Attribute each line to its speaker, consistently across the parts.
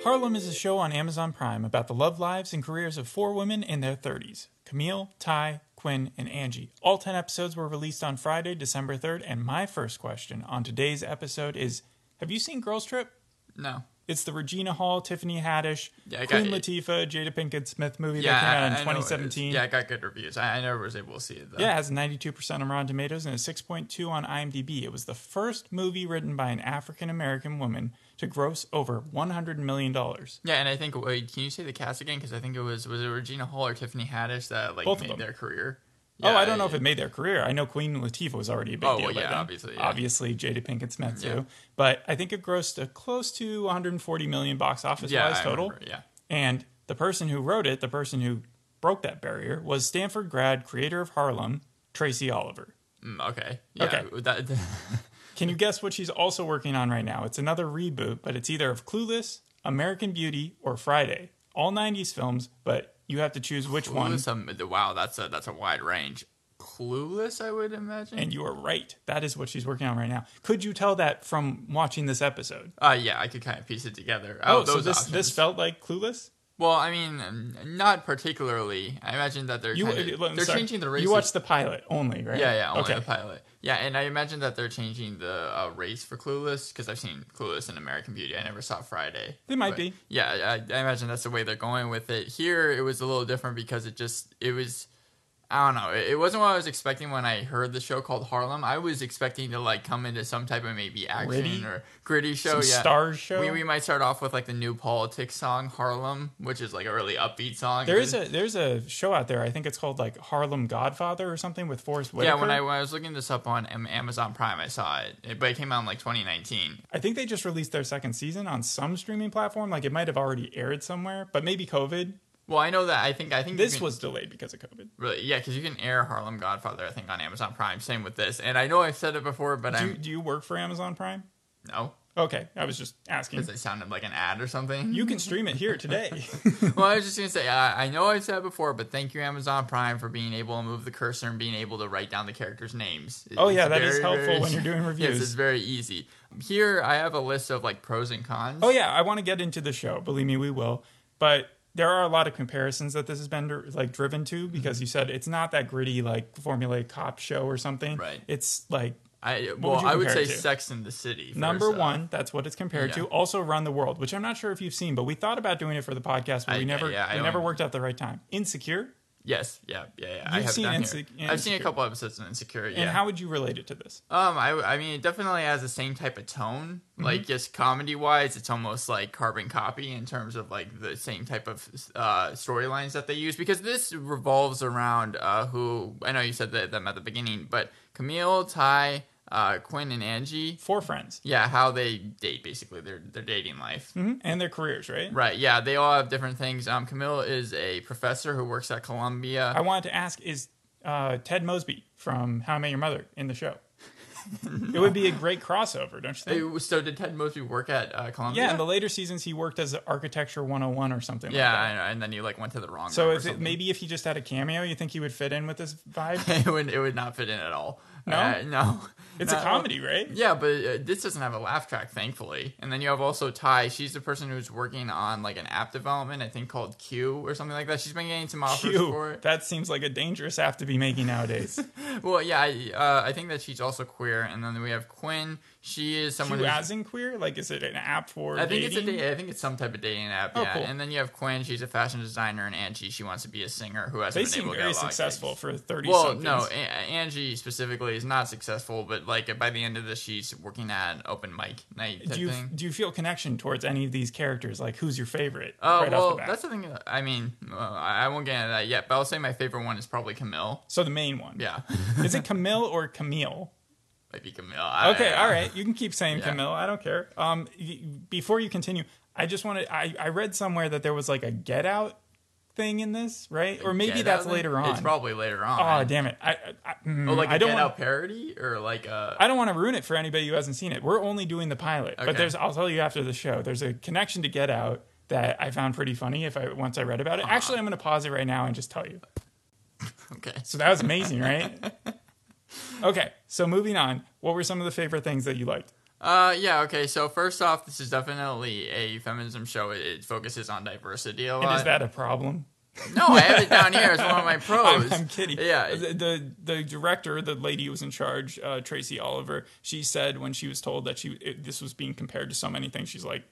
Speaker 1: Harlem is a show on Amazon Prime about the love lives and careers of four women in their 30s Camille, Ty, Quinn, and Angie. All 10 episodes were released on Friday, December 3rd, and my first question on today's episode is Have you seen Girls Trip?
Speaker 2: No.
Speaker 1: It's the Regina Hall, Tiffany Haddish,
Speaker 2: Yeah, I got
Speaker 1: Queen
Speaker 2: it.
Speaker 1: Latifah, Jada Pinkett Smith movie
Speaker 2: Yeah,
Speaker 1: that came out
Speaker 2: I-
Speaker 1: in
Speaker 2: I know it is.
Speaker 1: 2017.
Speaker 2: Yeah, I got good reviews. I, I never was able to see it though.
Speaker 1: Yeah, it has 92% on Rotten Tomatoes and a 6.2 on IMDb. It was the first movie written by an African American woman to gross over $100 million.
Speaker 2: Yeah, and I think wait, can you say the cast again? Because I think it was was it Regina Hall or Tiffany Haddish that like
Speaker 1: Both of
Speaker 2: made
Speaker 1: them.
Speaker 2: their career.
Speaker 1: oh, I don't know if it made their career. I know Queen Latifah was already a big
Speaker 2: Oh,
Speaker 1: deal.
Speaker 2: well,
Speaker 1: by
Speaker 2: yeah,
Speaker 1: then.
Speaker 2: obviously, yeah.
Speaker 1: Obviously, Jada Pinkett Smith, too.
Speaker 2: Yeah.
Speaker 1: But I think it grossed a close to 140 million box office
Speaker 2: yeah,
Speaker 1: wise
Speaker 2: I
Speaker 1: total.
Speaker 2: remember, yeah.
Speaker 1: And the person who wrote it, the person who broke that barrier, was Stanford grad, creator of Harlem, Tracy Oliver.
Speaker 2: Mm, okay. Yeah,
Speaker 1: Okay.
Speaker 2: That,
Speaker 1: Can you guess what she's also working on right now? It's another reboot, but it's either of Clueless, American Beauty, or Friday. All 90s films, but you have to choose which one.
Speaker 2: Clueless, um, wow, that's a that's a wide range. Clueless, I would imagine.
Speaker 1: And you are right. That is what she's working on right now. Could you tell that from watching this episode?
Speaker 2: uh, yeah, I could kind of piece it together.
Speaker 1: Oh,
Speaker 2: those
Speaker 1: so this
Speaker 2: options.
Speaker 1: this felt like Clueless?
Speaker 2: Well, I mean, um, not particularly. I imagine that they're
Speaker 1: You
Speaker 2: kind
Speaker 1: uh,
Speaker 2: of,
Speaker 1: I'm
Speaker 2: they're
Speaker 1: sorry.
Speaker 2: changing the race.
Speaker 1: You
Speaker 2: of-
Speaker 1: watched the pilot only, right?
Speaker 2: yeah, yeah, only
Speaker 1: okay.
Speaker 2: the pilot. Yeah, and I imagine that they're changing the uh, race for Clueless because I've seen Clueless and American Beauty. I never saw Friday.
Speaker 1: They might
Speaker 2: But,
Speaker 1: be.
Speaker 2: Yeah, I, I imagine that's the way they're going with it. Here, it was a little different because it just it was. I don't know. It it wasn't what I was expecting when I heard the show called Harlem. I was expecting to like come into some type of maybe action
Speaker 1: Gritty?
Speaker 2: or gritty show.
Speaker 1: Some
Speaker 2: yeah,
Speaker 1: Stars show?
Speaker 2: We, we might start off with like the new politics song Harlem, which is like a really upbeat song.
Speaker 1: There is
Speaker 2: It-
Speaker 1: a there's a show out there. I think it's called like Harlem Godfather or something with Forrest Whitaker.
Speaker 2: Yeah, when I, when I was looking this up on Am- Amazon Prime, I saw it, It- but it came out in like 2019.
Speaker 1: I think they just released their second season on some streaming platform. Like it might have already aired somewhere, but maybe COVID.
Speaker 2: Well, I know that. I think I think you
Speaker 1: This
Speaker 2: can-
Speaker 1: was delayed because of COVID.
Speaker 2: really yeah, because you can air Harlem Godfather, I think, on Amazon Prime. Same with this, and I know I've said it before, but
Speaker 1: Do you,
Speaker 2: I'm
Speaker 1: do you work for Amazon Prime?
Speaker 2: no
Speaker 1: Okay, I was just asking.
Speaker 2: because it sounded like an ad or something.
Speaker 1: You can stream it here today.
Speaker 2: well, I was just gonna say I, I know I've said it before, but thank you Amazon Prime for being able to move the cursor and being able to write down the characters' names.
Speaker 1: Oh, yeah,
Speaker 2: It's
Speaker 1: that is
Speaker 2: very,
Speaker 1: helpful
Speaker 2: very-
Speaker 1: when you're doing reviews.
Speaker 2: yes, it's very easy. Here I have a list of like pros and cons.
Speaker 1: oh yeah, I want to get into the show. Believe me, we will. But there are a lot of comparisons that this has been dr- like driven to because
Speaker 2: Mm-hmm.
Speaker 1: you said it's not that gritty like formulaic cop show or something.
Speaker 2: Right.
Speaker 1: It's like
Speaker 2: I
Speaker 1: would
Speaker 2: well,
Speaker 1: you
Speaker 2: I would
Speaker 1: compare
Speaker 2: say
Speaker 1: it to?
Speaker 2: Sex in the City. first
Speaker 1: Number
Speaker 2: off.
Speaker 1: one, that's what it's compared to.
Speaker 2: Yeah.
Speaker 1: Also, Run the World, which I'm not sure if you've seen, but we thought about doing it for the podcast, but
Speaker 2: I-
Speaker 1: we never
Speaker 2: yeah, I
Speaker 1: we
Speaker 2: don't-
Speaker 1: never worked out the right time. Insecure.
Speaker 2: Yes, yeah, yeah, yeah. I
Speaker 1: You've
Speaker 2: have
Speaker 1: seen
Speaker 2: seen down
Speaker 1: Inse-
Speaker 2: here. I've seen a
Speaker 1: Insecure.
Speaker 2: couple episodes of Insecure. Yeah.
Speaker 1: And how would you relate it to this?
Speaker 2: um, I, I mean, it definitely has the same type of tone.
Speaker 1: Mm-hmm.
Speaker 2: Like, just comedy wise, it's almost like carbon copy in terms of like the same type of uh, storylines that they use because this revolves around uh, who I know you said that, them at the beginning, but Camille, Ty, uh, Quinn, and Angie.
Speaker 1: Four friends
Speaker 2: Yeah, how they date basically their their dating life.
Speaker 1: hmm and their careers, right?
Speaker 2: Mm-hmm. Right. Yeah, they all have different things. Um, Camille is a professor who works at Columbia.
Speaker 1: I wanted to ask: Is uh, Ted Mosby from How I Met Your Mother in the show? It would be a great crossover, don't you think?
Speaker 2: Hey, So did Ted Mosby work at uh, Columbia?
Speaker 1: yeah, in the later seasons, he worked as Architecture 101 or something.
Speaker 2: Yeah,
Speaker 1: like that.
Speaker 2: I know. And then you like went to the wrong.
Speaker 1: So
Speaker 2: room or
Speaker 1: if it,
Speaker 2: something.
Speaker 1: maybe if he just had a cameo, you think he would fit in with this vibe?
Speaker 2: it would it would not fit in at all.
Speaker 1: No?
Speaker 2: Uh, no.
Speaker 1: It's
Speaker 2: No.
Speaker 1: a comedy, right?
Speaker 2: Yeah, but uh, this doesn't have a laugh track, thankfully. And then you have also Ty. She's the person who's working on like an app development, I think called Q or something like that. She's been getting some offers for
Speaker 1: Phew,
Speaker 2: it.
Speaker 1: that seems like a dangerous app to be making nowadays.
Speaker 2: Well, yeah, I, uh, I think that she's also queer. And then we have Quinn. She is someone
Speaker 1: Q
Speaker 2: who's
Speaker 1: as in queer? Like, is it an app for
Speaker 2: I think
Speaker 1: dating?
Speaker 2: it's a da- I think it's some type of dating app.
Speaker 1: Oh,
Speaker 2: yeah.
Speaker 1: cool.
Speaker 2: And then you have Quinn. She's a fashion designer, and Angie. She wants to be a singer who hasn't
Speaker 1: They
Speaker 2: been
Speaker 1: seem
Speaker 2: able to
Speaker 1: very
Speaker 2: get a lot of gigs.
Speaker 1: successful for 30
Speaker 2: Well,
Speaker 1: somethings.
Speaker 2: no, a- Angie specifically is not successful, but like by the end of this, she's working at an open mic night type
Speaker 1: do you,
Speaker 2: thing.
Speaker 1: do you feel connection towards any of these characters? Like, who's your favorite?
Speaker 2: Oh
Speaker 1: right
Speaker 2: well,
Speaker 1: off the bat.
Speaker 2: that's the thing. I mean, uh, I I won't get into that yet, but I'll say my favorite one is probably Camille.
Speaker 1: So the main one.
Speaker 2: Yeah,
Speaker 1: Is it Camille or Camille?
Speaker 2: might be Camille. I-
Speaker 1: Okay,
Speaker 2: I-
Speaker 1: all right. You can keep saying
Speaker 2: Yeah.
Speaker 1: Camille. I don't care. Um, y- before you continue, I just wanted. I I read somewhere that there was like a Get Out thing in this, right? Or maybe
Speaker 2: Get
Speaker 1: that's
Speaker 2: Out?
Speaker 1: later on.
Speaker 2: It's probably later on.
Speaker 1: oh damn it! I, I, I, mm,
Speaker 2: Oh, like a
Speaker 1: I don't
Speaker 2: Get
Speaker 1: want,
Speaker 2: Out parody or like uh, a.
Speaker 1: I don't want to ruin it for anybody who hasn't seen it. We're only doing the pilot, but
Speaker 2: Okay.
Speaker 1: there's I'll tell you after the show. There's a connection to Get Out that I found pretty funny. If I once I read about
Speaker 2: Uh-huh.
Speaker 1: it, actually, I'm going to pause it right now and just tell you.
Speaker 2: Okay.
Speaker 1: So that was amazing, right? okay, so moving on. What were some of the favorite things that you liked?
Speaker 2: Uh, yeah, okay. So first off, this is definitely a feminism show. It, it focuses on diversity a lot.
Speaker 1: And is that a problem?
Speaker 2: no, I have it down here. It's one of my pros.
Speaker 1: I'm, I'm kidding.
Speaker 2: Yeah.
Speaker 1: The, the the director, the lady who was in charge, uh, Tracy Oliver, she said when she was told that she it, this was being compared to so many things, she's like,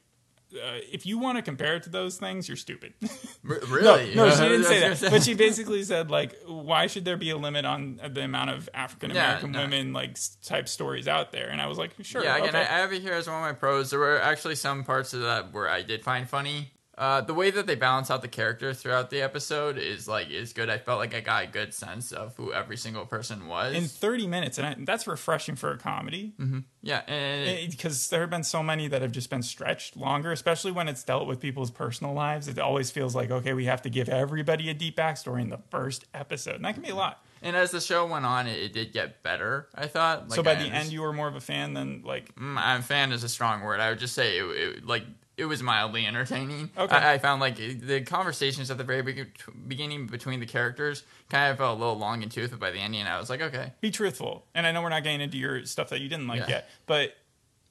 Speaker 1: uh, if you want to compare it to those things, you're stupid.
Speaker 2: R- really?
Speaker 1: No, no, she
Speaker 2: Uh,
Speaker 1: didn't say
Speaker 2: I was
Speaker 1: that.
Speaker 2: gonna
Speaker 1: But she basically said like, why should there be a limit on the amount of African American
Speaker 2: no.
Speaker 1: women like s- type stories out there? And I was like, sure.
Speaker 2: Yeah, again,
Speaker 1: okay.
Speaker 2: I, I have it here as one of my pros. There were actually some parts of that where I did find funny. Uh, the way that they balance out the characters throughout the episode is like is good. I felt like I got a good sense of who every single person was.
Speaker 1: in 30 minutes, and I, that's refreshing for a comedy.
Speaker 2: yeah, and it-
Speaker 1: because there have been so many that have just been stretched longer, especially when it's dealt with people's personal lives. It always feels like okay, we have to give everybody a deep backstory in the first episode, and that can be a lot.
Speaker 2: and as the show went on, it, it did get better. I thought.
Speaker 1: so
Speaker 2: Like,
Speaker 1: by
Speaker 2: I
Speaker 1: the
Speaker 2: underst-
Speaker 1: end, you were more of a fan than like
Speaker 2: Mm, I'm fan is a strong word. I would just say it, it like it was mildly entertaining.
Speaker 1: Okay.
Speaker 2: I, I found like the conversations at the very be- beginning between the characters kind of felt a little long and toothed, but by the ending, I was like, okay,
Speaker 1: be truthful. And I know we're not getting into your stuff that you didn't like
Speaker 2: Yeah.
Speaker 1: yet, but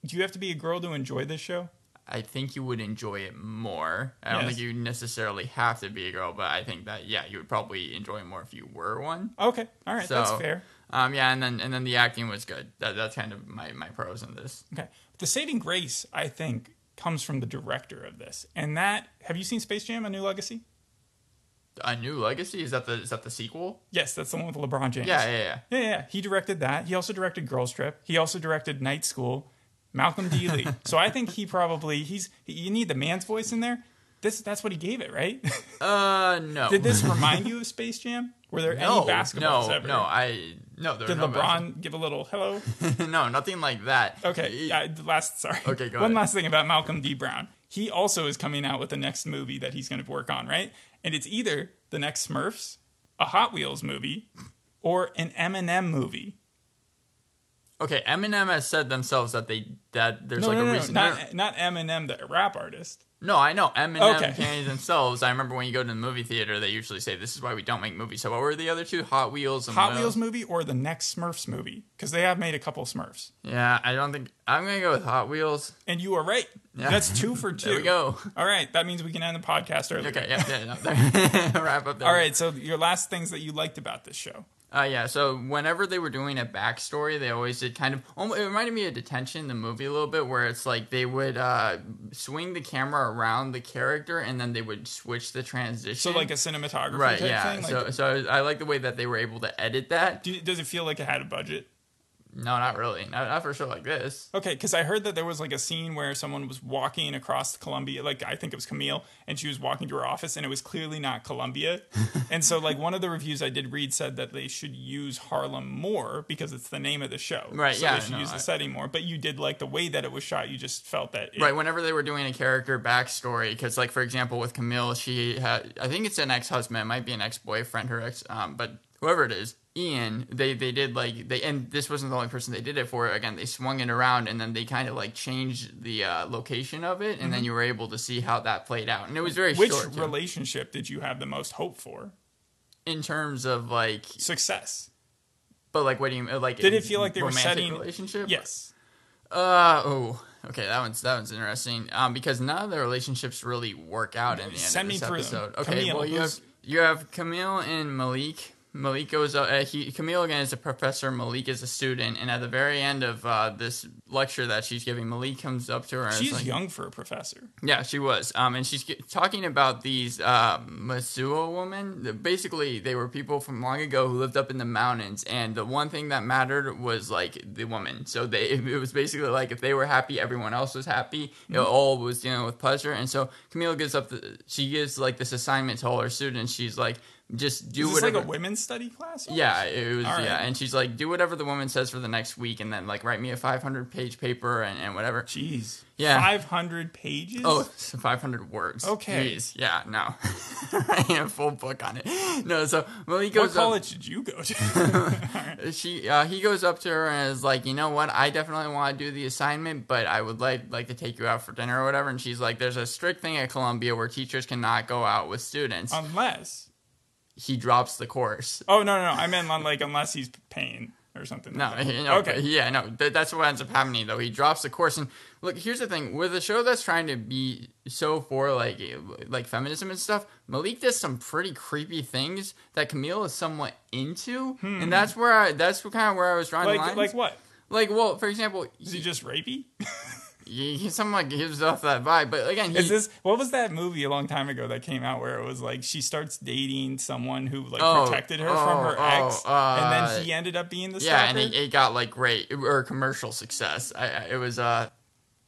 Speaker 1: do you have to be a girl to enjoy this show?
Speaker 2: I think you would enjoy it more. I don't
Speaker 1: Yes.
Speaker 2: think you necessarily have to be a girl, but I think that yeah, you would probably enjoy it more if you were one.
Speaker 1: Okay, all right, that's
Speaker 2: So-
Speaker 1: fair.
Speaker 2: Um, yeah, and then and then the acting was good. That, that's kind of my, my pros in this.
Speaker 1: Okay, the saving grace I think comes from the director of this, and that have you seen Space Jam: A New Legacy?
Speaker 2: A New Legacy is that the is that the sequel?
Speaker 1: Yes, that's the one with LeBron James.
Speaker 2: Yeah, yeah, yeah.
Speaker 1: Yeah, yeah. He directed that. He also directed Girls Trip. He also directed Night School. Malcolm D. Lee. so I think he probably he's you need the man's voice in there. This that's what he gave it, right?
Speaker 2: Uh, no.
Speaker 1: Did this remind you of Space Jam? Were there
Speaker 2: no,
Speaker 1: any basketballs
Speaker 2: no,
Speaker 1: ever?
Speaker 2: No, I no. There
Speaker 1: Did
Speaker 2: were no
Speaker 1: LeBron give a little hello?
Speaker 2: basketballs. no, nothing like that. E
Speaker 1: Okay.
Speaker 2: I,
Speaker 1: Uh, last sorry.
Speaker 2: Okay, go
Speaker 1: One
Speaker 2: ahead.
Speaker 1: last thing about Malcolm D. Brown. He also is coming out with the next movie that he's going to work on, right? And it's either the next Smurfs, a Hot Wheels movie, or an Eminem movie.
Speaker 2: okay, Eminem has said themselves that they that there's
Speaker 1: No,
Speaker 2: like
Speaker 1: no,
Speaker 2: a
Speaker 1: no, no,
Speaker 2: reason. no,
Speaker 1: not not Eminem, the rap artist.
Speaker 2: no, I know Eminem
Speaker 1: Okay.
Speaker 2: candies themselves. I remember when you go to the movie theater, they usually say this is why we don't make movies. So what were the other two? Hot Wheels. And
Speaker 1: Hot
Speaker 2: what
Speaker 1: Wheels
Speaker 2: else?
Speaker 1: movie or the next Smurfs movie? Because they have made a couple Smurfs.
Speaker 2: Yeah, I don't think I'm gonna go with Hot Wheels.
Speaker 1: And you are right.
Speaker 2: Yeah.
Speaker 1: That's two for two.
Speaker 2: There we go.
Speaker 1: All right. That means we can end the podcast early.
Speaker 2: Okay, yeah, yeah, no, there- wrap up. There.
Speaker 1: All right. So your last things that you liked about this show.
Speaker 2: Uh, yeah, so whenever they were doing a backstory, they always did kind of. almo- It reminded me of Detention, the movie, a little bit, where it's like they would uh, swing the camera around the character and then they would switch the transition.
Speaker 1: So like a cinematography
Speaker 2: right,
Speaker 1: type
Speaker 2: yeah.
Speaker 1: thing. Like,
Speaker 2: so, so I, I like the way that they were able to edit that.
Speaker 1: do, does it feel like it had a budget?
Speaker 2: No, not really. Not, not for a show like this.
Speaker 1: Okay, because I heard that there was like a scene where someone was walking across Columbia, like I think it was Camille, and she was walking to her office, and it was clearly not Columbia. and so, like one of the reviews I did read said that they should use Harlem more because it's the name of the show,
Speaker 2: Right,
Speaker 1: So
Speaker 2: yeah,
Speaker 1: they should
Speaker 2: no,
Speaker 1: use the
Speaker 2: I-
Speaker 1: setting more. But you did like the way that it was shot. You just felt that it,
Speaker 2: Right, whenever they were doing a character backstory, because like for example with Camille, she had I think it's an ex husband, might be an ex boyfriend, her ex, um, but whoever it is, Ian, they they did like they and this wasn't the only person they did it for. Again, they swung it around and then they kind of like changed the uh, location of it, and then you were able to see how that played out, and it was very
Speaker 1: Mm-hmm. Which
Speaker 2: short too,
Speaker 1: relationship did you have the most hope for
Speaker 2: in terms of like,
Speaker 1: success?
Speaker 2: but like what do you like?
Speaker 1: Did it
Speaker 2: in
Speaker 1: feel like they were
Speaker 2: romantic
Speaker 1: setting-
Speaker 2: relationship?
Speaker 1: Yes.
Speaker 2: Uh oh. Okay, that one's that one's interesting. Um, because none of the relationships really work out in the end
Speaker 1: Send
Speaker 2: of
Speaker 1: me
Speaker 2: this
Speaker 1: through them.
Speaker 2: episode. Okay,
Speaker 1: Camille,
Speaker 2: well you have
Speaker 1: who's-
Speaker 2: you have Camille and Malik. Malik goes. Uh, he Camille again is a professor. Malik is a student. And at the very end of uh, this lecture that she's giving, Malik comes up to her. And is
Speaker 1: She's
Speaker 2: like,
Speaker 1: young for a professor.
Speaker 2: yeah, she was. Um, and she's ge- talking about these uh, Masuo women. Basically, they were people from long ago who lived up in the mountains, and the one thing that mattered was like the woman. So they, it was basically like if they were happy, everyone else was happy. It
Speaker 1: Mm-hmm.
Speaker 2: all was dealing with pleasure. And so Camille gives up. The, she gives like this assignment to all her students. She's like, just
Speaker 1: Is
Speaker 2: do
Speaker 1: this
Speaker 2: whatever.
Speaker 1: like a women's study class?
Speaker 2: Yeah, it was.
Speaker 1: All right.
Speaker 2: Yeah, and she's like, do whatever the woman says for the next week, and then like write me a 500 page paper and, and whatever.
Speaker 1: Jeez.
Speaker 2: Yeah.
Speaker 1: Five hundred pages.
Speaker 2: Oh, it's 500 words.
Speaker 1: Okay.
Speaker 2: Jeez. Yeah, no. I had a full book on it. No, so
Speaker 1: What
Speaker 2: Malik goes up-
Speaker 1: college did you go to?
Speaker 2: she uh, he goes up to her and is like, you know what? I definitely want to do the assignment, but I would like like to take you out for dinner or whatever. And she's like, there's a strict thing at Columbia where teachers cannot go out with students.
Speaker 1: unless
Speaker 2: he drops the course.
Speaker 1: oh no no, no i meant on, like unless he's paying or something.
Speaker 2: No,
Speaker 1: like that.
Speaker 2: he- no,
Speaker 1: okay.
Speaker 2: yeah, no. Th- that's what ends up happening though. He drops the course, and look, here's the thing: with a show that's trying to be so for like eh, like feminism and stuff, Malik does some pretty creepy things that Camille is somewhat into, and that's where I that's kind of where I was drawing the
Speaker 1: Hmm. Like
Speaker 2: lines.
Speaker 1: like what?
Speaker 2: Like, well, for example,
Speaker 1: Is he just rapey?
Speaker 2: he, he somewhat gives off that vibe, but again, he,
Speaker 1: Is this what was that movie a long time ago that came out where it was like she starts dating someone who like
Speaker 2: Oh,
Speaker 1: protected her
Speaker 2: oh,
Speaker 1: from her
Speaker 2: oh,
Speaker 1: ex, and
Speaker 2: uh,
Speaker 1: then he ended up being the
Speaker 2: yeah, and
Speaker 1: stalker?
Speaker 2: it, it got like great or commercial success. I, I, it was uh,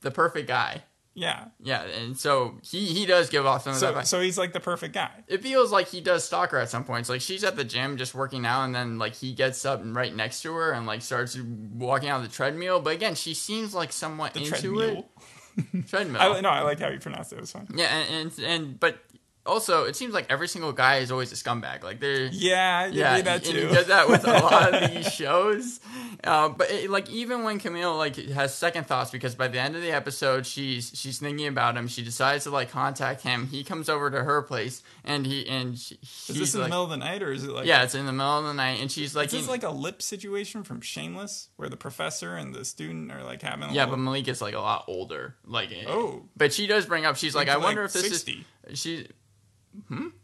Speaker 2: the perfect guy.
Speaker 1: yeah.
Speaker 2: Yeah, and so he he does give off some of
Speaker 1: So
Speaker 2: that. Vibe.
Speaker 1: so he's like the perfect guy.
Speaker 2: it feels like he does stalk her at some points. Like she's at the gym just working out, and then like he gets up and right next to her and like starts walking out of the treadmill. But again, she seems like somewhat
Speaker 1: The
Speaker 2: into
Speaker 1: treadmill.
Speaker 2: it. Treadmill.
Speaker 1: I li- no, I like how you pronounced it. It was fine.
Speaker 2: yeah, and, and and but also it seems like every single guy is always a scumbag. Like they're
Speaker 1: Yeah, I
Speaker 2: yeah,
Speaker 1: did that
Speaker 2: and you
Speaker 1: too.
Speaker 2: get that with a lot of these shows. Uh, but it, like even when Camille like has second thoughts because by the end of the episode she's she's thinking about him. She decides to like contact him. He comes over to her place and he and she,
Speaker 1: Is this in
Speaker 2: like,
Speaker 1: the middle of the night or is it like
Speaker 2: yeah, it's in the middle of the night, and she's like,
Speaker 1: Is
Speaker 2: you-
Speaker 1: this like a lip situation from Shameless where the professor and the student are like having a
Speaker 2: yeah, but
Speaker 1: little,
Speaker 2: Malik is like a lot older. Like, eh,
Speaker 1: Oh.
Speaker 2: but she does bring up. She's like, I wonder if this
Speaker 1: 60.
Speaker 2: is she.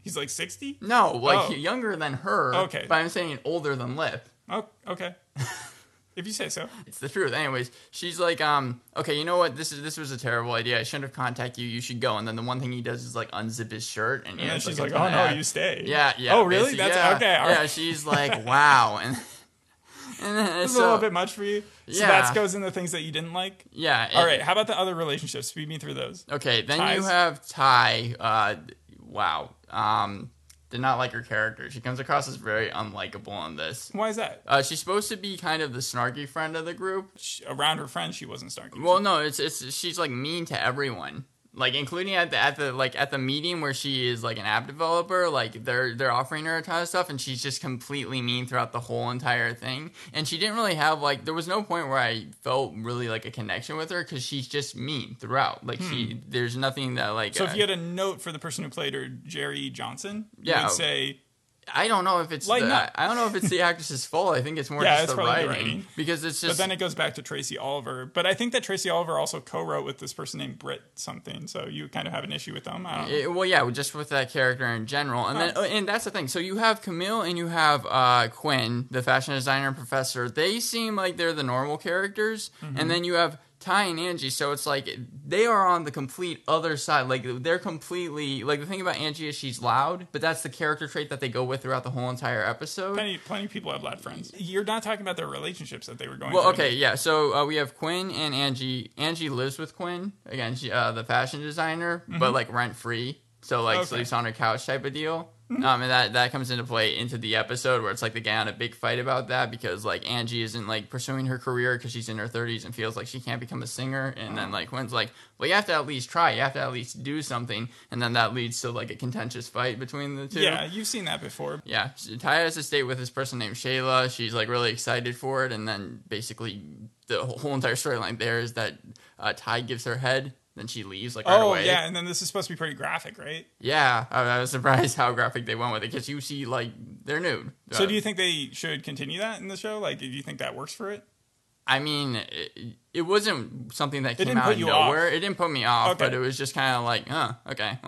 Speaker 1: He's like 60?
Speaker 2: No, like
Speaker 1: Oh.
Speaker 2: younger than her.
Speaker 1: Okay.
Speaker 2: but I'm saying older than Lip.
Speaker 1: Oh, okay. if you say so.
Speaker 2: It's the truth. Anyways, she's like, um, okay, you know what? This is this was a terrible idea. I shouldn't have contacted you. You should go. And then the one thing he does is like unzip his shirt, and,
Speaker 1: And
Speaker 2: yeah,
Speaker 1: then
Speaker 2: it's,
Speaker 1: she's
Speaker 2: like,
Speaker 1: like,
Speaker 2: a
Speaker 1: "Oh
Speaker 2: ton
Speaker 1: no,
Speaker 2: of-
Speaker 1: you stay."
Speaker 2: Yeah, yeah.
Speaker 1: Oh, really?
Speaker 2: basically,
Speaker 1: That's
Speaker 2: yeah,
Speaker 1: okay. all
Speaker 2: yeah,
Speaker 1: right.
Speaker 2: she's like, wow, and, and then,
Speaker 1: This is a
Speaker 2: so,
Speaker 1: little bit much for you. So
Speaker 2: Yeah.
Speaker 1: that goes in the things that you didn't like.
Speaker 2: yeah.
Speaker 1: All
Speaker 2: it-
Speaker 1: right. How about the other relationships? Speed me through those.
Speaker 2: Okay, then you
Speaker 1: Ties?
Speaker 2: have Ty. Uh, wow. Um, did not like her character. She comes across as very unlikable in this.
Speaker 1: Why is that?
Speaker 2: Uh, she's supposed to be kind of the snarky friend of the group.
Speaker 1: She, around her friends, she wasn't snarky.
Speaker 2: Well, no, it's it's she's like mean to everyone. Like including at the at the like at the meeting where she is like an app developer, like they're they're offering her a ton of stuff and she's just completely mean throughout the whole entire thing. And she didn't really have like there was no point where I felt really like a connection with her because she's just mean throughout. Like she there's nothing that like
Speaker 1: Hmm. so
Speaker 2: uh,
Speaker 1: if you had a note for the person who played her, Jerry Johnson, you
Speaker 2: Yeah.
Speaker 1: would say,
Speaker 2: I don't know if it's
Speaker 1: Like,
Speaker 2: the,
Speaker 1: not-
Speaker 2: I don't know if it's the actress's fault. I think it's more
Speaker 1: Yeah,
Speaker 2: just
Speaker 1: it's
Speaker 2: the
Speaker 1: probably
Speaker 2: writing,
Speaker 1: the writing.
Speaker 2: because it's
Speaker 1: but
Speaker 2: just
Speaker 1: then it goes back to Tracy Oliver. But I think that Tracy Oliver also co-wrote with this person named Britt something. So you kind of have an issue with them. I don't know.
Speaker 2: it- well, yeah, just with that character in general, and then
Speaker 1: Huh.
Speaker 2: oh, and that's the thing. So you have Camille and you have uh, Quinn, the fashion designer and professor. They seem like they're the normal characters,
Speaker 1: Mm-hmm.
Speaker 2: and then you have Ty and Angie. So it's like they are on the complete other side. Like they're completely like the thing about Angie is she's loud, but that's the character trait that they go with throughout the whole entire episode.
Speaker 1: plenty, plenty of people have loud friends. You're not talking about their relationships that they were going.
Speaker 2: Well,
Speaker 1: through.
Speaker 2: okay, yeah. So uh, we have Quinn and Angie. Angie lives with Quinn again, she, uh, the fashion designer, but like rent free. So like
Speaker 1: Mm-hmm. Okay. Mm-hmm.
Speaker 2: sleeps on her couch type of deal. Um, and that that comes into play into the episode where it's like they get on a big fight about that because like Angie isn't like pursuing her career because she's in her 30s and feels like she can't become a singer. And then like Quinn's like, well, you have to at least try. You have to at least do something. And then that leads to like a contentious fight between the two.
Speaker 1: Yeah, you've seen that before.
Speaker 2: Yeah, so Ty has to stay with this person named Shayla. She's like really excited for it, and then basically the whole entire storyline there is that uh, Ty gives her head, then she leaves like right
Speaker 1: oh
Speaker 2: away.
Speaker 1: yeah, and then this is supposed to be pretty graphic, right?
Speaker 2: yeah. I, I was surprised how graphic they went with it because you see like they're nude.
Speaker 1: So
Speaker 2: Uh,
Speaker 1: do you think they should continue that in the show? Like, do you think that works for it?
Speaker 2: I mean, it, it wasn't something that came
Speaker 1: didn't
Speaker 2: out
Speaker 1: put
Speaker 2: of
Speaker 1: you
Speaker 2: nowhere. It didn't put me off,
Speaker 1: Okay.
Speaker 2: but it was just kind of like, huh, okay.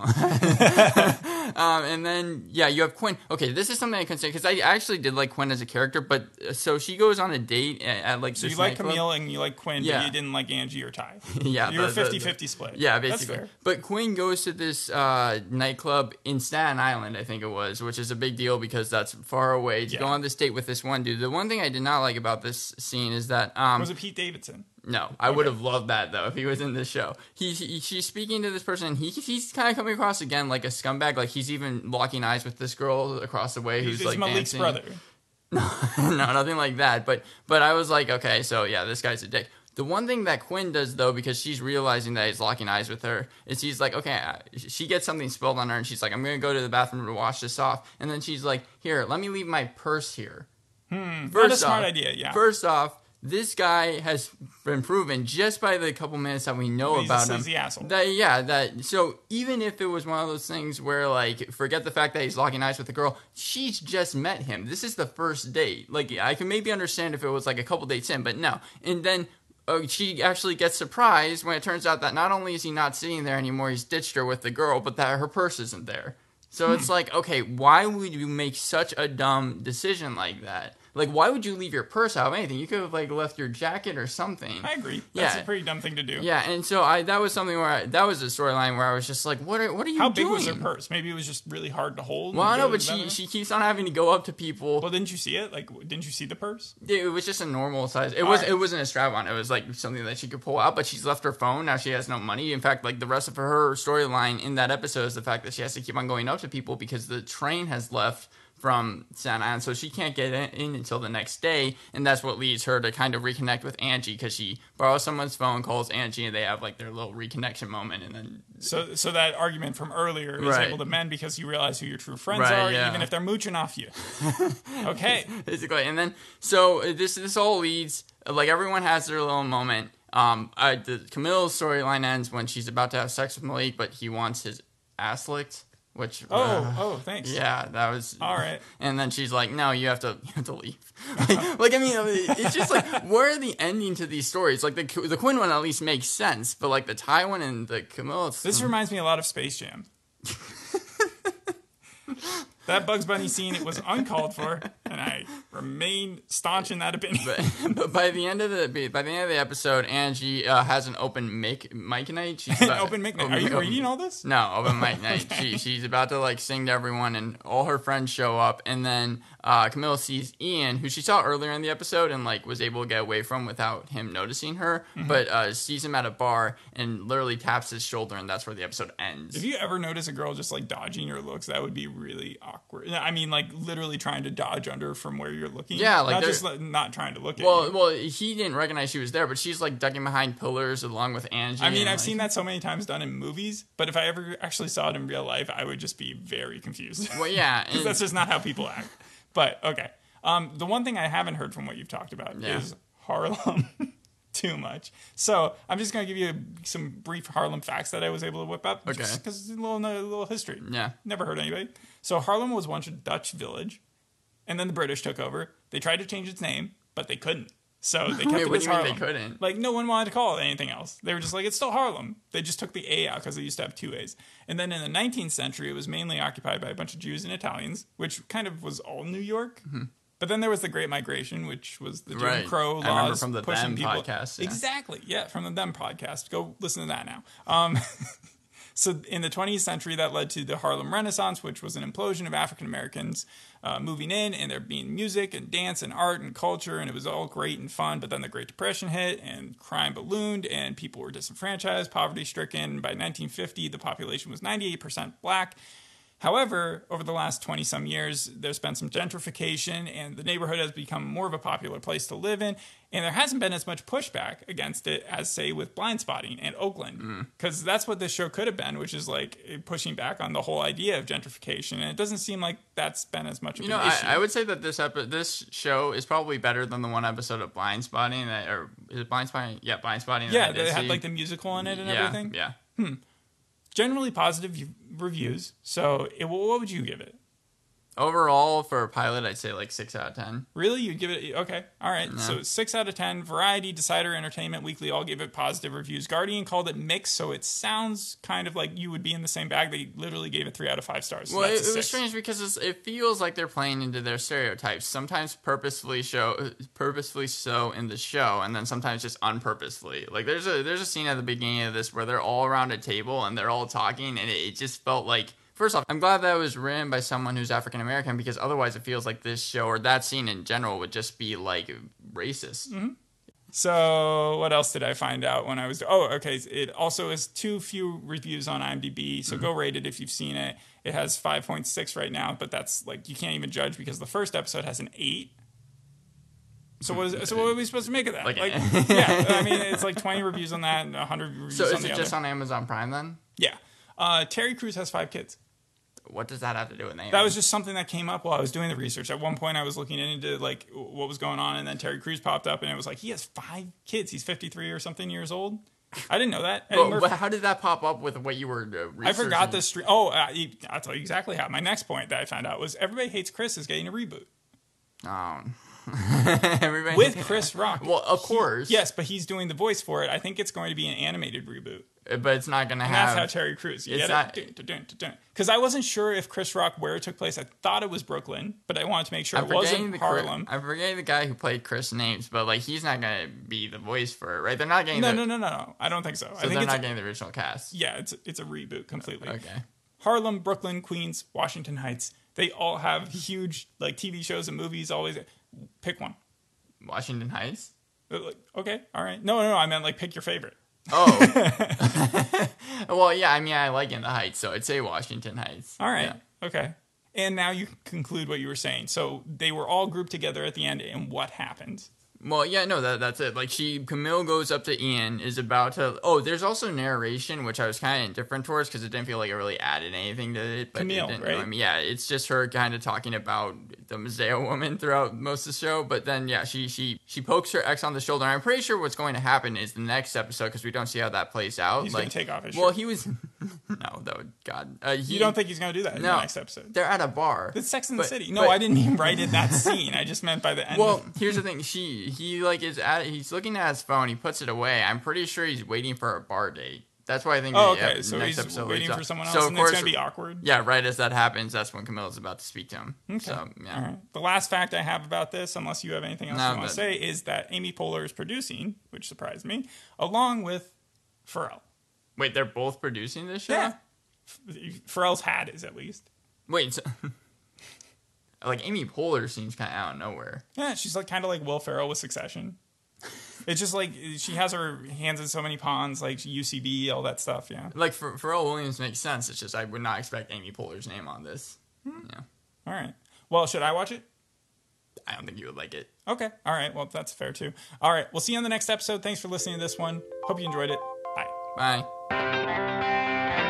Speaker 2: um, and then, yeah, you have Quinn. Okay, this is something I can say because I actually did like Quinn as a character, but uh, so she goes on a date at, at like
Speaker 1: So
Speaker 2: this
Speaker 1: you like
Speaker 2: nightclub.
Speaker 1: Camille and you like Quinn,
Speaker 2: Yeah.
Speaker 1: but you didn't like Angie or Ty.
Speaker 2: Yeah,
Speaker 1: you were
Speaker 2: the- the- the-
Speaker 1: 50-50 split.
Speaker 2: Yeah,
Speaker 1: That's
Speaker 2: basically.
Speaker 1: fair.
Speaker 2: But Quinn goes to this uh, nightclub in Staten Island, I think it was, which is a big deal because that's far away to
Speaker 1: Yeah.
Speaker 2: go on this date with this one dude. The one thing I did not like about this scene is that um,
Speaker 1: Was it Pete Davidson?
Speaker 2: no, I would have loved that though if he was in this show. He, he she's speaking to this person. And he he's kind of coming across again like a scumbag. Like he's even locking eyes with this girl across the way who's
Speaker 1: He's
Speaker 2: like
Speaker 1: Malik's
Speaker 2: dancing.
Speaker 1: brother.
Speaker 2: no, nothing like that. But but I was like, okay, so yeah, this guy's a dick. The one thing that Quinn does though, because she's realizing that he's locking eyes with her, is he's like, okay, I- she gets something spilled on her, and she's like, I'm gonna go to the bathroom to wash this off, and then she's like, here, let me leave my purse here.
Speaker 1: Hmm, Not a smart idea. Yeah.
Speaker 2: First off, this guy has been proven just by the couple minutes that we know
Speaker 1: He's a
Speaker 2: about him.
Speaker 1: sleazy asshole.
Speaker 2: That yeah, that so even if it was one of those things where like forget the fact that he's locking eyes with the girl, she's just met him. This is the first date. Like I can maybe understand if it was like a couple dates in, but no. And then uh, she actually gets surprised when it turns out that not only is he not sitting there anymore, he's ditched her with the girl, but that her purse isn't there. So it's like, okay, why would you make such a dumb decision like that? Like, why would you leave your purse out of anything? You could have like left your jacket or something.
Speaker 1: I agree. That's
Speaker 2: Yeah.
Speaker 1: a pretty dumb thing to do.
Speaker 2: Yeah, and so I that was something where I, that was a storyline where I was just like, what are what are you
Speaker 1: How big
Speaker 2: doing?
Speaker 1: was her purse? Maybe it was just really hard to hold.
Speaker 2: Well, I
Speaker 1: and
Speaker 2: know,
Speaker 1: go
Speaker 2: but
Speaker 1: to the
Speaker 2: she
Speaker 1: bathroom.
Speaker 2: she keeps on having to go up to people.
Speaker 1: Well, didn't you see it? Like, w- didn't you see the purse?
Speaker 2: it was just a normal size. It was
Speaker 1: Alright.
Speaker 2: it wasn't a strap on. It was like something that she could pull out. But she's left her phone now. She has no money. In fact, like the rest of her storyline in that episode is the fact that she has to keep on going up to people because the train has left from Santa Ana, so she can't get in, in until the next day, and that's what leads her to kind of reconnect with Angie because she borrows someone's phone, calls Angie, and they have like their little reconnection moment, and then
Speaker 1: So, so that argument from earlier is
Speaker 2: Right.
Speaker 1: able to mend because you realize who your true friends
Speaker 2: Right,
Speaker 1: are,
Speaker 2: yeah.
Speaker 1: even if they're mooching off you. okay.
Speaker 2: basically. And then so uh, this this all leads uh, like everyone has their little moment. Um, I, the Camille's storyline ends when she's about to have sex with Malik, but he wants his ass licked, which
Speaker 1: Oh,
Speaker 2: uh,
Speaker 1: oh, thanks.
Speaker 2: yeah, that was
Speaker 1: All right.
Speaker 2: And then she's like, "No, you have to, you have to leave." Like, like, I mean, it's just like, where are the ending to these stories? Like the the Quinn one at least makes sense, but like the Ty one and the Camille, it's,
Speaker 1: This reminds me a lot of Space Jam. that Bugs Bunny scene it was uncalled for, and I remain staunch in that opinion.
Speaker 2: but, but by the end of the by the end of the episode, Angie uh, has an open mic mic night. She's about-
Speaker 1: Open mic night. Are you
Speaker 2: open-
Speaker 1: reading all this?
Speaker 2: oh, No, open mic night. She she's about to like sing to everyone, and all her friends show up, and then uh, Camille sees Ian, who she saw earlier in the episode, and like was able to get away from without him noticing her,
Speaker 1: Mm-hmm.
Speaker 2: but uh, sees him at a bar and literally taps his shoulder, and that's where the episode
Speaker 1: If
Speaker 2: ends.
Speaker 1: you ever notice a girl just like dodging your looks, that would be really awkward. I mean, like literally trying to dodge under from where you're looking.
Speaker 2: Yeah, like,
Speaker 1: not
Speaker 2: they're-
Speaker 1: just like, not trying to look at. you.
Speaker 2: Well, well, he didn't recognize she was there, but she's like ducking behind pillars along with Angie.
Speaker 1: I mean,
Speaker 2: and,
Speaker 1: I've
Speaker 2: like-
Speaker 1: seen that so many times done in movies, but if I ever actually saw it in real life, I would just be very confused.
Speaker 2: Well, yeah,
Speaker 1: Because
Speaker 2: and-
Speaker 1: that's just not how people act. But okay. Um, the one thing I haven't heard from what you've talked about
Speaker 2: Yeah.
Speaker 1: is Harlem too much. So I'm just going to give you some brief Harlem facts that I was able to whip up.
Speaker 2: Okay.
Speaker 1: Because it's a little, a little history.
Speaker 2: Yeah.
Speaker 1: Never heard anybody. So Harlem was once a Dutch village, and then the British took over. They tried to change its name, but they couldn't. So they kept
Speaker 2: Wait,
Speaker 1: it
Speaker 2: what
Speaker 1: as
Speaker 2: do you mean they
Speaker 1: Harlem.
Speaker 2: couldn't?
Speaker 1: Like no one wanted to call it anything else. They were just like it's still Harlem. They just took the A out because they used to have two A's. And then in the 19th century, it was mainly occupied by a bunch of Jews and Italians, which kind of was all New York.
Speaker 2: Mm-hmm.
Speaker 1: But then there was the Great Migration, which was the Jim
Speaker 2: Right.
Speaker 1: Crow
Speaker 2: I
Speaker 1: laws
Speaker 2: remember from the
Speaker 1: pushing
Speaker 2: Them
Speaker 1: people.
Speaker 2: podcast, yeah.
Speaker 1: Exactly. Yeah, from the Them podcast. Go listen to that now. Um, so in the 20th century, that led to the Harlem Renaissance, which was an implosion of African Americans uh, moving in, and there being music and dance and art and culture, and it was all great and fun. But then the Great Depression hit, and crime ballooned, and people were disenfranchised, poverty stricken. By 1950, the population was 98% black. However, over the last 20 some years, there's been some gentrification, and the neighborhood has become more of a popular place to live in. And there hasn't been as much pushback against it as, say, with blind spotting and
Speaker 2: Mm.
Speaker 1: Oakland, because that's what this show could have been, which is like pushing back on the whole idea of gentrification. And it doesn't seem like that's been as much of
Speaker 2: You know,
Speaker 1: an
Speaker 2: I,
Speaker 1: issue.
Speaker 2: I would say that this epi- this show is probably better than the one episode of Blind Spotting that, or is it Blind Spotting? Yeah, Blind Spotting. that
Speaker 1: yeah,
Speaker 2: I did
Speaker 1: they had
Speaker 2: see.
Speaker 1: like the musical in it and
Speaker 2: yeah,
Speaker 1: everything.
Speaker 2: Yeah,
Speaker 1: Generally positive u- reviews. So, it, what would you give it?
Speaker 2: Overall, for a pilot, I'd say like six out of ten.
Speaker 1: Really? You give it okay. All right. So six out of ten. Variety, Decider, Entertainment Weekly all gave it positive reviews. Guardian called it mixed, so it sounds kind of like you would be in the same bag. They literally gave it three out of five stars. So
Speaker 2: Well, it,
Speaker 1: that's a
Speaker 2: it was
Speaker 1: six.
Speaker 2: strange because it's, it feels like they're playing into their stereotypes. Sometimes purposefully show, purposefully so in the show, and then sometimes just unpurposefully. Like there's a there's a scene at the beginning of this where they're all around a table and they're all talking, and it, it just felt like. First off, I'm glad that was written by someone who's African American because otherwise it feels like this show or that scene in general would just be like racist.
Speaker 1: So what else did I find out when I was? Oh, okay. It also has too few reviews on IMDb,
Speaker 2: Mm-hmm.
Speaker 1: so go rate it if you've seen it. It has five point six right now, but that's like you can't even judge because the first episode has an eight. So what is, so what are we supposed to make of that?
Speaker 2: Like-
Speaker 1: yeah, I mean it's like twenty reviews on that and hundred reviews
Speaker 2: So
Speaker 1: on
Speaker 2: is
Speaker 1: the
Speaker 2: it
Speaker 1: other.
Speaker 2: just on Amazon Prime then?
Speaker 1: Yeah. Uh, Terry Crews has five kids.
Speaker 2: What does that have to do with anything?
Speaker 1: That was just something that came up while I was doing the research. At one point, I was looking into like what was going on, and then Terry Crews popped up, and it was like he has five kids. He's fifty three or something years old. I didn't know that. Eddie
Speaker 2: But-
Speaker 1: Murphy-
Speaker 2: but how did that pop up with what you were uh,
Speaker 1: I
Speaker 2: researching?
Speaker 1: forgot the stream. Oh, uh, you- I'll tell you exactly how. My next point that I found out was everybody hates Chris is getting a reboot
Speaker 2: Oh. Everybody-
Speaker 1: with Chris Rock.
Speaker 2: Well, of course.
Speaker 1: yes, but he's doing the voice for it. I think it's going to be an animated reboot.
Speaker 2: uh, But it's not going to
Speaker 1: And that's
Speaker 2: have.
Speaker 1: how Terry Crews. You
Speaker 2: it's
Speaker 1: get it? Because I wasn't sure if Chris Rock where it took place. I thought it was Brooklyn, but I wanted to make sure it wasn't
Speaker 2: the,
Speaker 1: Harlem.
Speaker 2: I'm forgetting the guy who played Chris names, but like he's not going to be the voice for it, right? They're not getting
Speaker 1: No,
Speaker 2: the,
Speaker 1: no, no, no, no. I don't think so. I
Speaker 2: So
Speaker 1: think
Speaker 2: they're
Speaker 1: it's
Speaker 2: not getting the original cast.
Speaker 1: yeah, it's it's a reboot completely.
Speaker 2: Okay.
Speaker 1: Harlem, Brooklyn, Queens, Washington Heights. They all have huge like TV shows and movies. Always pick one.
Speaker 2: Washington Heights.
Speaker 1: They're like, okay, all right. No, no, no. I meant like pick your favorite.
Speaker 2: Oh. well, yeah. I mean, I like In the Heights, so I'd say Washington Heights.
Speaker 1: All right,
Speaker 2: Yeah.
Speaker 1: okay. And now you conclude what you were saying. So they were all grouped together at the end, and what happened?
Speaker 2: Well, yeah, no, that, that's it. Like she, Camille goes up to Ian, is about to. Oh, there's also narration, which I was kind of indifferent towards because it didn't feel like it really added anything to it. But it
Speaker 1: Camille,
Speaker 2: didn't
Speaker 1: right?
Speaker 2: really- yeah, it's just her kind of talking about the Museo woman throughout most of the show. But then, yeah, she she she pokes her ex on the shoulder. And I'm pretty sure what's going to happen is the next episode because we don't see how that plays out.
Speaker 1: He's
Speaker 2: like,
Speaker 1: gonna take off his
Speaker 2: Well,
Speaker 1: shirt.
Speaker 2: he was. no, though, God, uh, he,
Speaker 1: You don't think he's gonna do that in the
Speaker 2: No.
Speaker 1: next episode?
Speaker 2: they're at a bar?
Speaker 1: It's Sex in the
Speaker 2: But-
Speaker 1: City. No,
Speaker 2: but-
Speaker 1: I didn't even write in that scene. I just meant by the end.
Speaker 2: Well, here's the thing. She he like is at he's looking at his phone. He puts it away. I'm pretty sure he's waiting for a bar date. That's why I think.
Speaker 1: oh,
Speaker 2: the, uh,
Speaker 1: okay. So
Speaker 2: next
Speaker 1: he's
Speaker 2: episode
Speaker 1: waiting
Speaker 2: leads
Speaker 1: for
Speaker 2: up.
Speaker 1: someone else,
Speaker 2: So of
Speaker 1: and it's
Speaker 2: course,
Speaker 1: gonna be awkward.
Speaker 2: yeah, right as that happens, that's when Camille's about to speak to him. So
Speaker 1: All
Speaker 2: yeah,
Speaker 1: right. The last fact I have about this, unless you have anything else
Speaker 2: No,
Speaker 1: you want
Speaker 2: but-
Speaker 1: to say, is that Amy Poehler is producing, which surprised me, along with Pharrell.
Speaker 2: wait, they're both producing this show.
Speaker 1: F- Pharrell's hat is at least.
Speaker 2: Wait, so, like Amy Poehler seems kind of out of nowhere.
Speaker 1: Yeah, she's like kind of like Will Ferrell with Succession. It's just like she has her hands in so many ponds, like UCB, all that stuff. Yeah.
Speaker 2: Like for Pharrell Williams makes sense. It's just I would not expect Amy Poehler's name on this.
Speaker 1: Hmm.
Speaker 2: Yeah,
Speaker 1: All right. Well, should I watch it?
Speaker 2: I don't think you would like it.
Speaker 1: Okay. All right. Well, that's fair too. All right. We'll see you on the next episode. Thanks for listening to this one. Hope you enjoyed it. Bye.
Speaker 2: Bye.